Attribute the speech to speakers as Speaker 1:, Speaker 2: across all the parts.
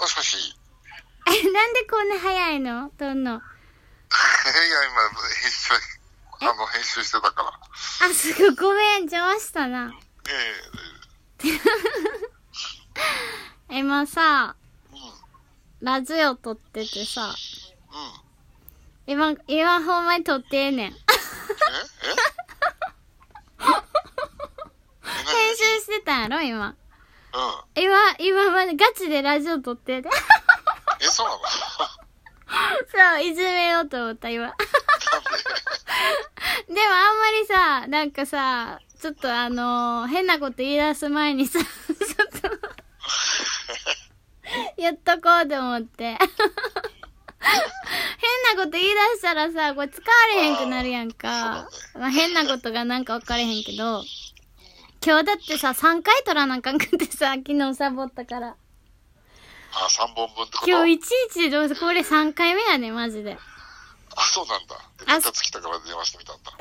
Speaker 1: もしも し。
Speaker 2: え なんでこんな早いの撮んの。
Speaker 1: いや、今、編集、あの、編集してたから。
Speaker 2: あ、すごい、ごめん、邪魔したな。
Speaker 1: え
Speaker 2: 今さ、
Speaker 1: えうん、
Speaker 2: ラジオ撮っててさ、
Speaker 1: うん。
Speaker 2: 今、今ほんまに撮ってんねん。 編
Speaker 1: えええ何
Speaker 2: 集してたんやろ、今。
Speaker 1: うん。
Speaker 2: 今、今までガチでラジオ撮ってて。
Speaker 1: え、そうなの
Speaker 2: そう、いじめようと思った、今。
Speaker 1: なんで
Speaker 2: でもあんまりさ、なんかさ、ちょっとあのー変なこと言い出す前にさ、 ちょっと、言っとこうと思って。変 なこと言い出したらさ、これ使われへんくなるやんか。まあ、変なことがなんか分かれへんけど、今日だってさ、3回取らなあかんくてさ、昨日サボったから。
Speaker 1: あ、3本分ってこと
Speaker 2: 今日いちいちどうせ、これ3回目やね、マジで。
Speaker 1: あ、そうなんだ。で、
Speaker 2: あ
Speaker 1: ネタつきたから電話してみたんだ。
Speaker 2: そ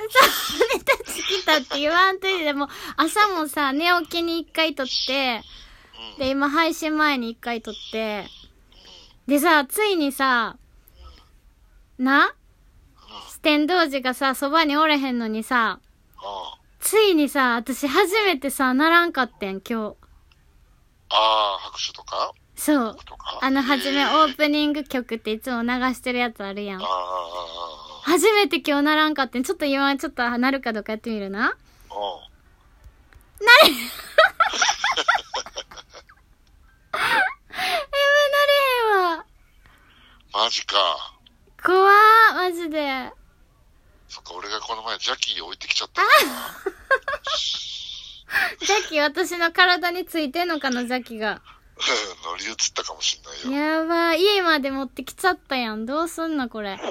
Speaker 2: う、ネタつきたって言わんといて、でも、朝もさ、寝起きに一回撮って、
Speaker 1: うん。
Speaker 2: で、今配信前に一回撮って、でさ、ついにさ、な四天童寺がさ、そばにおれへんのにさ、
Speaker 1: あ
Speaker 2: ついにさ、私初めてさ、ならんかってん、今日。
Speaker 1: あー、拍手とか
Speaker 2: そう。
Speaker 1: とか
Speaker 2: あの、はじめオープニング曲っていつも流してるやつあるやん
Speaker 1: あ。あ
Speaker 2: 初めて今日ならんかってん。ちょっと今、ちょっとなるかどうかやってみるな。
Speaker 1: ー、うん。
Speaker 2: え、なれへんわ。
Speaker 1: マジか。
Speaker 2: 怖ー、マジで。
Speaker 1: そっか、俺がこの前ジャッキー置いてきちゃった。
Speaker 2: ザキ、私の体についてんのかな、ザキが。
Speaker 1: 乗り移ったかもしんないよ。
Speaker 2: やばい、家まで持ってきちゃったやん。どうすんの、これ。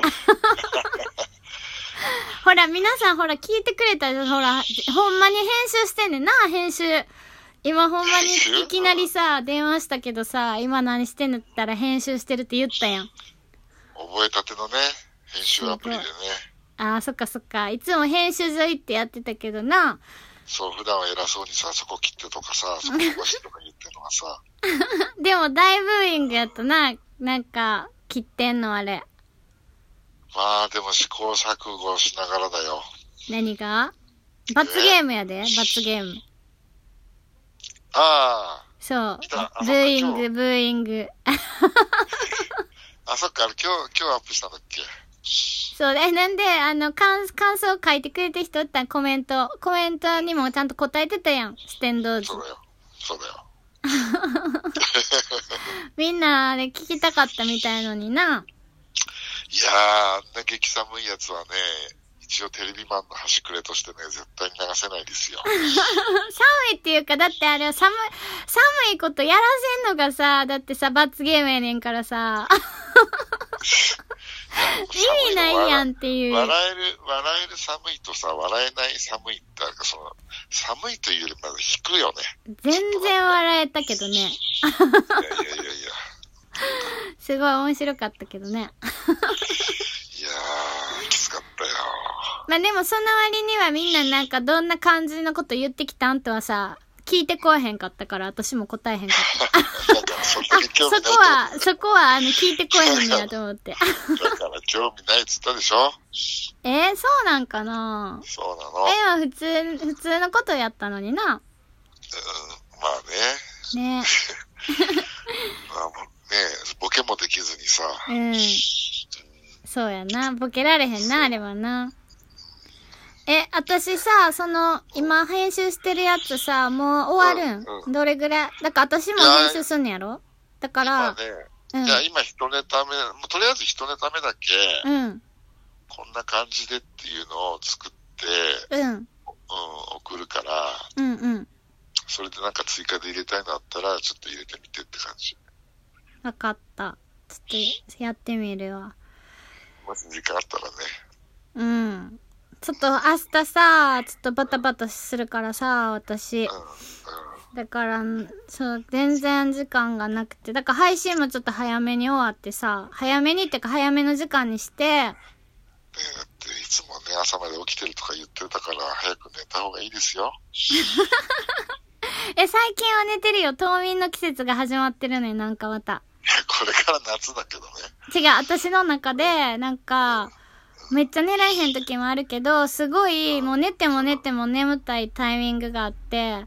Speaker 2: ほら、皆さん、ほら、聞いてくれたでしょほら、ほんまに編集してんねんな、編集。今ほんま
Speaker 1: 編集
Speaker 2: にいきなりさ、電話したけどさ、今何してんのって言ったら編集してるって言ったやん。
Speaker 1: 覚えたてのね、編集アプリでね。
Speaker 2: あー、そっかそっか。いつも編集所行ってやってたけどな。
Speaker 1: そう、普段は偉そうにさ、そこ切ってとかさ、そこ伸ばしてとか言ってるのがさ、
Speaker 2: でも大ブーイングやったな。なんか、切ってんのあれ。
Speaker 1: まあでも試行錯誤しながらだよ。
Speaker 2: 何が罰ゲームやで、罰ゲーム。
Speaker 1: あ
Speaker 2: そう
Speaker 1: 来た。あ
Speaker 2: ブー
Speaker 1: そ
Speaker 2: イ
Speaker 1: っ
Speaker 2: ン
Speaker 1: か今日
Speaker 2: グ、ブーイング。
Speaker 1: あ、あ、そっか、あれ今日、今日アップしたんだっけ
Speaker 2: そう、え、なんで、あの、感、感想書いてくれてる人おったんコメント。コメントにもちゃんと答えてたやん。四天童
Speaker 1: そう
Speaker 2: 寺。
Speaker 1: だよ。そうだよ。
Speaker 2: みんな、あれ聞きたかったみたいのにな。
Speaker 1: いやー、あんな激寒いやつはね、一応テレビマンの端くれとしてね、絶対に流せないですよ。
Speaker 2: 寒いっていうか、だってあれは寒い、寒いことやらせんのがさ、だってさ、罰ゲームやねんからさ、 意味ないやんっていう。
Speaker 1: 笑える、笑える寒いとさ、笑えない寒いって、なんかその、寒いというよりまだ引く よね。
Speaker 2: 全然笑えたけどね。
Speaker 1: いやいやいやいや。
Speaker 2: すごい面白かったけどね。
Speaker 1: いやー、きつかった よ。
Speaker 2: まあでもその割にはみんななんかどんな感じのこと言ってきたんとはさ、聞いてこえへんかったから私も答えへんかった。
Speaker 1: だからそこ
Speaker 2: あ
Speaker 1: に、興味ないって
Speaker 2: そこは、そこはあの聞いてこえへんねやと思って。
Speaker 1: だから興味ないっつったでしょ
Speaker 2: えー、そうなんかな
Speaker 1: そうな
Speaker 2: え
Speaker 1: の。
Speaker 2: は普通、普通のことやったのにな。
Speaker 1: うん、まあね。
Speaker 2: ね
Speaker 1: まあもうね、ボケもできずにさ、
Speaker 2: うん。そうやな。ボケられへんな、あれはな。え、私さ、その、今編集してるやつさ、もう終わるん、
Speaker 1: うんう
Speaker 2: どれぐらいだから私も編集すんねやろだか
Speaker 1: まあ
Speaker 2: ら、
Speaker 1: ね、
Speaker 2: うん
Speaker 1: じゃあ今一ネタ目、もうとりあえず一ネタ目だけ、
Speaker 2: うん。
Speaker 1: こんな感じでっていうのを作って、
Speaker 2: うん。
Speaker 1: うん、送るから、
Speaker 2: うんうん。
Speaker 1: それでなんか追加で入れたいのあったら、ちょっと入れてみてって感じ。
Speaker 2: わかった。ちょっとやってみるわ。
Speaker 1: もし時間あったらね。
Speaker 2: うん。ちょっと明日さ、ちょっとバタバタするからさ、私
Speaker 1: う。ん、うん。
Speaker 2: だから、そう、全然時間がなくて。だから配信もちょっと早めに終わってさ、早めにってか早めの時間にし
Speaker 1: ね
Speaker 2: て、
Speaker 1: だっていつもね、朝まで起きてるとか言ってたから、早く寝た方がいいですよ。
Speaker 2: え、最近は寝てるよ。冬眠の季節が始まってるね、なんかま
Speaker 1: い
Speaker 2: た。
Speaker 1: やこれから夏だけどね。
Speaker 2: 違う、私の中で、なんか、めっちゃ寝られへん時もあるけど、すごい、もう寝ても寝ても眠たいタイミングがあって、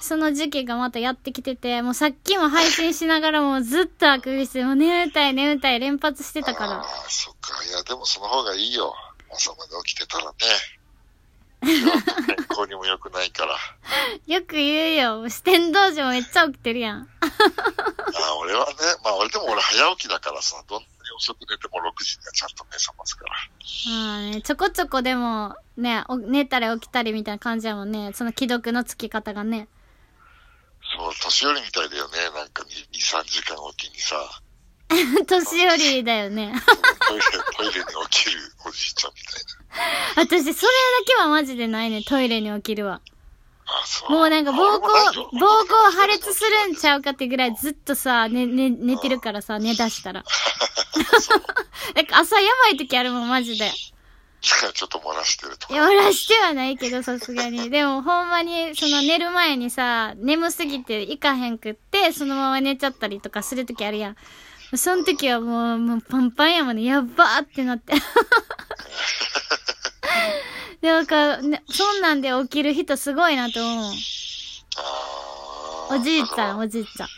Speaker 2: その時期がまたやってきてて、もうさっきも配信しながらもうずっとあくびして、もう眠たい眠たい連発してたか
Speaker 1: あ
Speaker 2: ら。
Speaker 1: あ、そっか。いや、でもその方がいいよ。朝まで起きて たらね。健康にも良くないから。
Speaker 2: よく言うよ、四天王寺もめっちゃ起きてるやん。
Speaker 1: ああ、俺はね、まあ俺でも俺早起きだからさ、どんなに遅く寝ても6時にはちゃんと目覚ますから。
Speaker 2: まあね、ちょこちょこでも、ね、お寝たり起きたりみたいな感じやもんね。その既読のつき方がね。
Speaker 1: そう、年寄りみたいだよね。なんか2、3時間おきにさ、
Speaker 2: 年寄りだよね。
Speaker 1: トイレ、 トイレに起きるおじいちゃんみたいな。
Speaker 2: 私、それだけはマジでないね。トイレに起きるわ。
Speaker 1: ああ、そう。
Speaker 2: もうなんか、
Speaker 1: あ
Speaker 2: 膀
Speaker 1: 俺もないよ
Speaker 2: 胱、膀胱破裂するんちゃうかってぐらいずっとさ、ね、ね、寝てるからさ、寝出したら。なんか朝やばい時あるもん、マジで。
Speaker 1: ちょっと漏らしてると
Speaker 2: い
Speaker 1: か。
Speaker 2: や、俺はしてはないけど、さすがに。でも、ほんまに、その寝る前にさ、眠すぎて行かへんくって、そのまま寝ちゃったりとかする時あるやん。その時はもう、もうパンパンやもんね。やっばーってなって。で、なんか、ね、そんなんで起きる人すごいなと思うも
Speaker 1: あ
Speaker 2: ん。
Speaker 1: あ。
Speaker 2: おじいちゃん、
Speaker 1: ま
Speaker 2: おじいちゃん。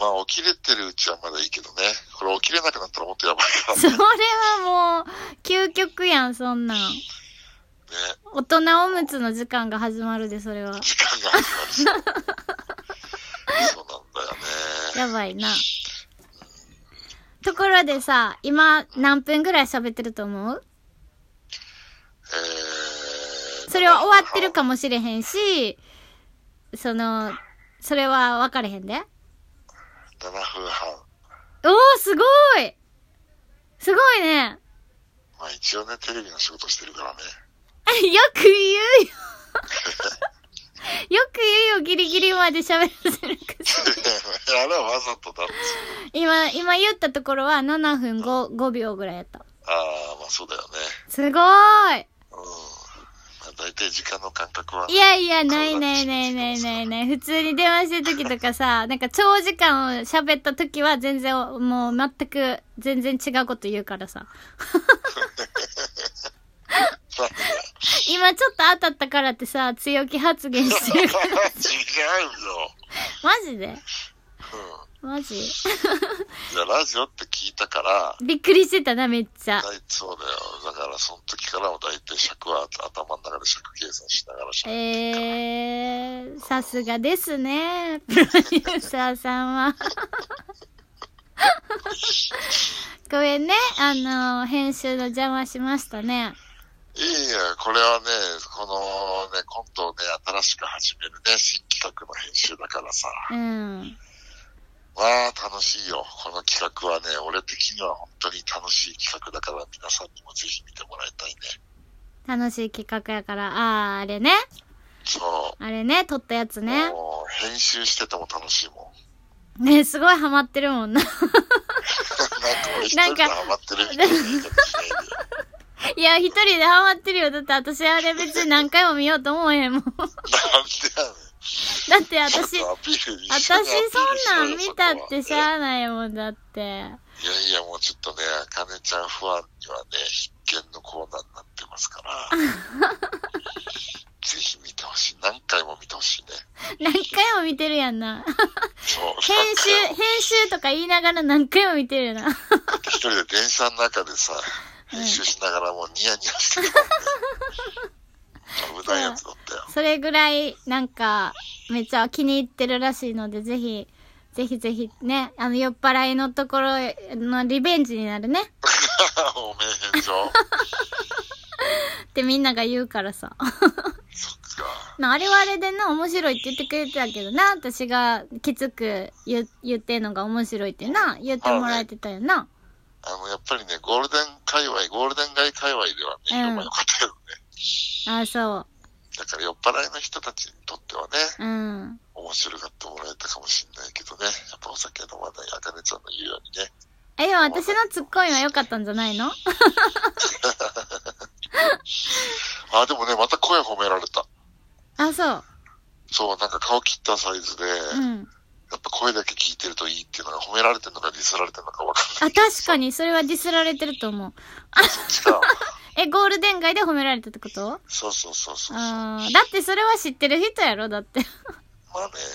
Speaker 1: あ起きれてるうちはまだいいけどね。これ起きれなくなったらもっとやばいから ね。
Speaker 2: それはもう、究極やん、そんなん。大人おむつの時間が始まるで、それは。
Speaker 1: 時間が始まるしそうなんだよね。
Speaker 2: やばいな。ところでさ、今、何分ぐらい喋ってると思う
Speaker 1: えー、
Speaker 2: それは終わってるかもしれへんし、その、それは分かれへんで。
Speaker 1: 7分半。
Speaker 2: おー、すごいすごいね。
Speaker 1: まあ一応ね、テレビの仕事してるからね。
Speaker 2: よく言うよ。よく言うよ、ギリギリまで喋らせるくせに
Speaker 1: あれはわざとだって。
Speaker 2: 今、今言ったところは7分 5, 5秒ぐらいやった。
Speaker 1: ああ、まあそうだよね。
Speaker 2: すごーい
Speaker 1: うん。まあ大体時間の感覚は、
Speaker 2: いやいや、ないないないないないない。普通に電話してる時とかさ、なんか長時間を喋った時は全然、もう全く、全然違うこと言うからさ。
Speaker 1: さあ、
Speaker 2: 今ちょっと当たったからってさ、強気発言して
Speaker 1: 違う
Speaker 2: る
Speaker 1: よ。。
Speaker 2: マジでマジ
Speaker 1: うん。いや、ラジオって聞いたから、
Speaker 2: びっくりしてたな、めっちゃ。
Speaker 1: 大そうだよ。だから、その時からも大体尺は頭の中で尺計算しながらしゃべ
Speaker 2: えー、さすがですね、プロデューサーさんは。ごめんね、あの、編集の邪魔しましたね。
Speaker 1: いいや、これはね、このね、コントをね、新しく始めるね、新企画の編集だからさ。
Speaker 2: うん。
Speaker 1: わあ、楽しいよ。この企画はね、俺的には本当に楽しい企画だから、皆さんにもぜひ見てもらいたいね。
Speaker 2: 楽しい企画やから、あー、あれね、
Speaker 1: そ
Speaker 2: あれね、撮ったやつ
Speaker 1: う。
Speaker 2: ね。
Speaker 1: もう、編集してても楽しいもん。
Speaker 2: ね、すごいハマってるもんな。
Speaker 1: なんか俺一人でハマってるみたいな言い方しないでよ。
Speaker 2: いや、一人でハマってるよ。だって私あれ別に何回も見ようと思えへんもん。 だ
Speaker 1: なんでやねん。
Speaker 2: って私
Speaker 1: ちょ、っとアピール一
Speaker 2: 私
Speaker 1: 緒にア
Speaker 2: そん
Speaker 1: ピ
Speaker 2: な
Speaker 1: ー
Speaker 2: ん
Speaker 1: ルしようよ
Speaker 2: 見たってし
Speaker 1: そこは
Speaker 2: ゃあないもんだって。
Speaker 1: いやいや、もうちょっとね、あかねちゃんファンにはね、必見のコーナーになってます から、ぜひ見てほしい。何回も見てほしいね。
Speaker 2: 何回も見てるやんな。
Speaker 1: そう。
Speaker 2: 編 集、
Speaker 1: なん
Speaker 2: 編
Speaker 1: か
Speaker 2: 集とか言いながら何回も見てるよな。
Speaker 1: 一人で電車の中でさ、編集しながらもうニヤニヤしてるもんね。危ないやつだったよ。
Speaker 2: それぐらい、なんか、めっちゃ気に入ってるらしいので、ぜひ、ぜひぜひね、あの、酔っ払いのところのリベンジになるね。
Speaker 1: おめえ返上。
Speaker 2: ってみんなが言うからさ。
Speaker 1: そっか。
Speaker 2: まあ、あれはあれでな、面白いって言ってくれてたけどな、私がきつく言う言ってんのが面白いってな、言ってもらえてたよな。
Speaker 1: あの、やっぱりね、ゴールデン界隈、ゴールデン街界隈ではね、評判良かったよね。
Speaker 2: ああ、そ
Speaker 1: だから酔っ払いの人たちにとってはね、
Speaker 2: う。うん。
Speaker 1: 面白がってもらえたかもしれないけどね、やっぱお酒飲まないあかねちゃんの言うようにね、
Speaker 2: え、でも私のツッコミは良かったんじゃないの
Speaker 1: あ、でもね、また声褒められた。
Speaker 2: あ、そう。
Speaker 1: そう、なんか顔切ったサイズで、
Speaker 2: うん。
Speaker 1: やっぱ声だけ聞いてるといいっていうのが褒められてるのかディスられてるのかわかんな
Speaker 2: あ、
Speaker 1: い。
Speaker 2: 確かに、それはディスられてると思う。
Speaker 1: そっちか。
Speaker 2: え、ゴールデン街で褒められたってこと
Speaker 1: そうそうそうそうそう。まあ
Speaker 2: あ
Speaker 1: ね
Speaker 2: ー、だってそれは知ってる人やろだって。
Speaker 1: だ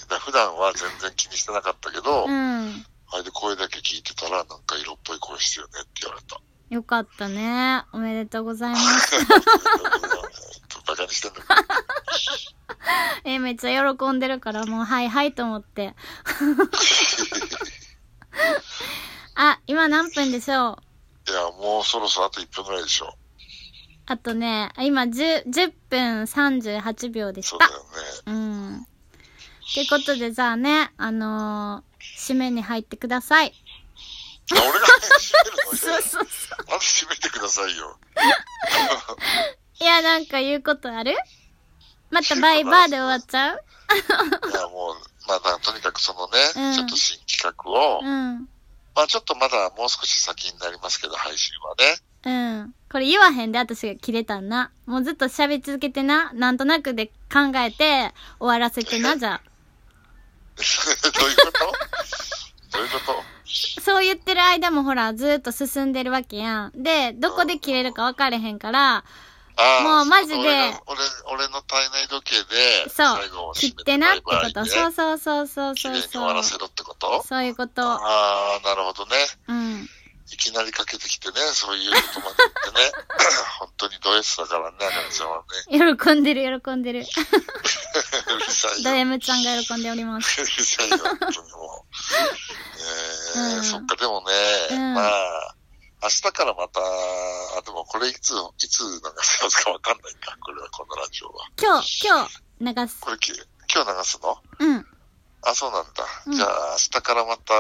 Speaker 1: から普段は全然気にしてなかったけど、
Speaker 2: うん。
Speaker 1: あれで声だけ聞いてたらなんか色っぽい声してるよねって言われた。
Speaker 2: よかったね。おめでとうございます。
Speaker 1: バカにしてんだけど。
Speaker 2: え、めっちゃ喜んでるから、もう、はいはいと思って。あ、今何分でしょ う
Speaker 1: いや、もうそろそろあと1分ぐらいでしょ。
Speaker 2: あとね、今10、10分38秒でし
Speaker 1: そう
Speaker 2: た
Speaker 1: だ。よね。
Speaker 2: うん。ってことで、じゃあね、あのー、締めに入ってください。
Speaker 1: あ俺が締めるの
Speaker 2: そうそうそう。
Speaker 1: まず締めてくださいよ。
Speaker 2: いや、なんか言うことあるまたバイバーで終わっちゃう
Speaker 1: いや、もう、まあ、なとにかくそのね、
Speaker 2: うん
Speaker 1: ちょっと新企画を、
Speaker 2: うん。
Speaker 1: まあ、ちょっとまだもう少し先になりますけど、配信はね。
Speaker 2: うん。これ言わへんで私が切れたんな。もうずっと喋り続けてな。なんとなくで考えて終わらせてな、じゃあ。
Speaker 1: どういうことどういうこと
Speaker 2: そう言ってる間もほら、ずーっと進んでるわけやん。で、どこで切れるか分かれへんから、
Speaker 1: あー
Speaker 2: もうマジで
Speaker 1: 俺の俺、俺の体内時計で、
Speaker 2: そう
Speaker 1: 最後を、
Speaker 2: 切
Speaker 1: 締
Speaker 2: っ
Speaker 1: め
Speaker 2: てなって
Speaker 1: バ
Speaker 2: こ
Speaker 1: イバ
Speaker 2: と。
Speaker 1: イで
Speaker 2: そうそうそうそう
Speaker 1: 綺
Speaker 2: そ
Speaker 1: 麗
Speaker 2: う
Speaker 1: に終わ
Speaker 2: そ
Speaker 1: ら
Speaker 2: う。
Speaker 1: せろってこと
Speaker 2: そういうこと。
Speaker 1: ああ、なるほどね。
Speaker 2: うん。
Speaker 1: いきなりかけてきてね、そういうことまで言ってね。 本当にド S だからね、あかねちゃんはね。
Speaker 2: 喜んでる、喜んでる。
Speaker 1: うるさいよ。
Speaker 2: ド M ちゃんが喜んでおります。
Speaker 1: うるさいよ、本当にもう。ねえ
Speaker 2: うん
Speaker 1: そっか、でもね、
Speaker 2: うん
Speaker 1: まあ、明日からまた、あ、でもこれいつ、いつ流せますかわかんないか、これは、このラジオは。
Speaker 2: 今日、今日、流す。
Speaker 1: これき、今日流すの
Speaker 2: うん。
Speaker 1: あ、そうなんだ。
Speaker 2: うん
Speaker 1: じゃあ、明日からまた、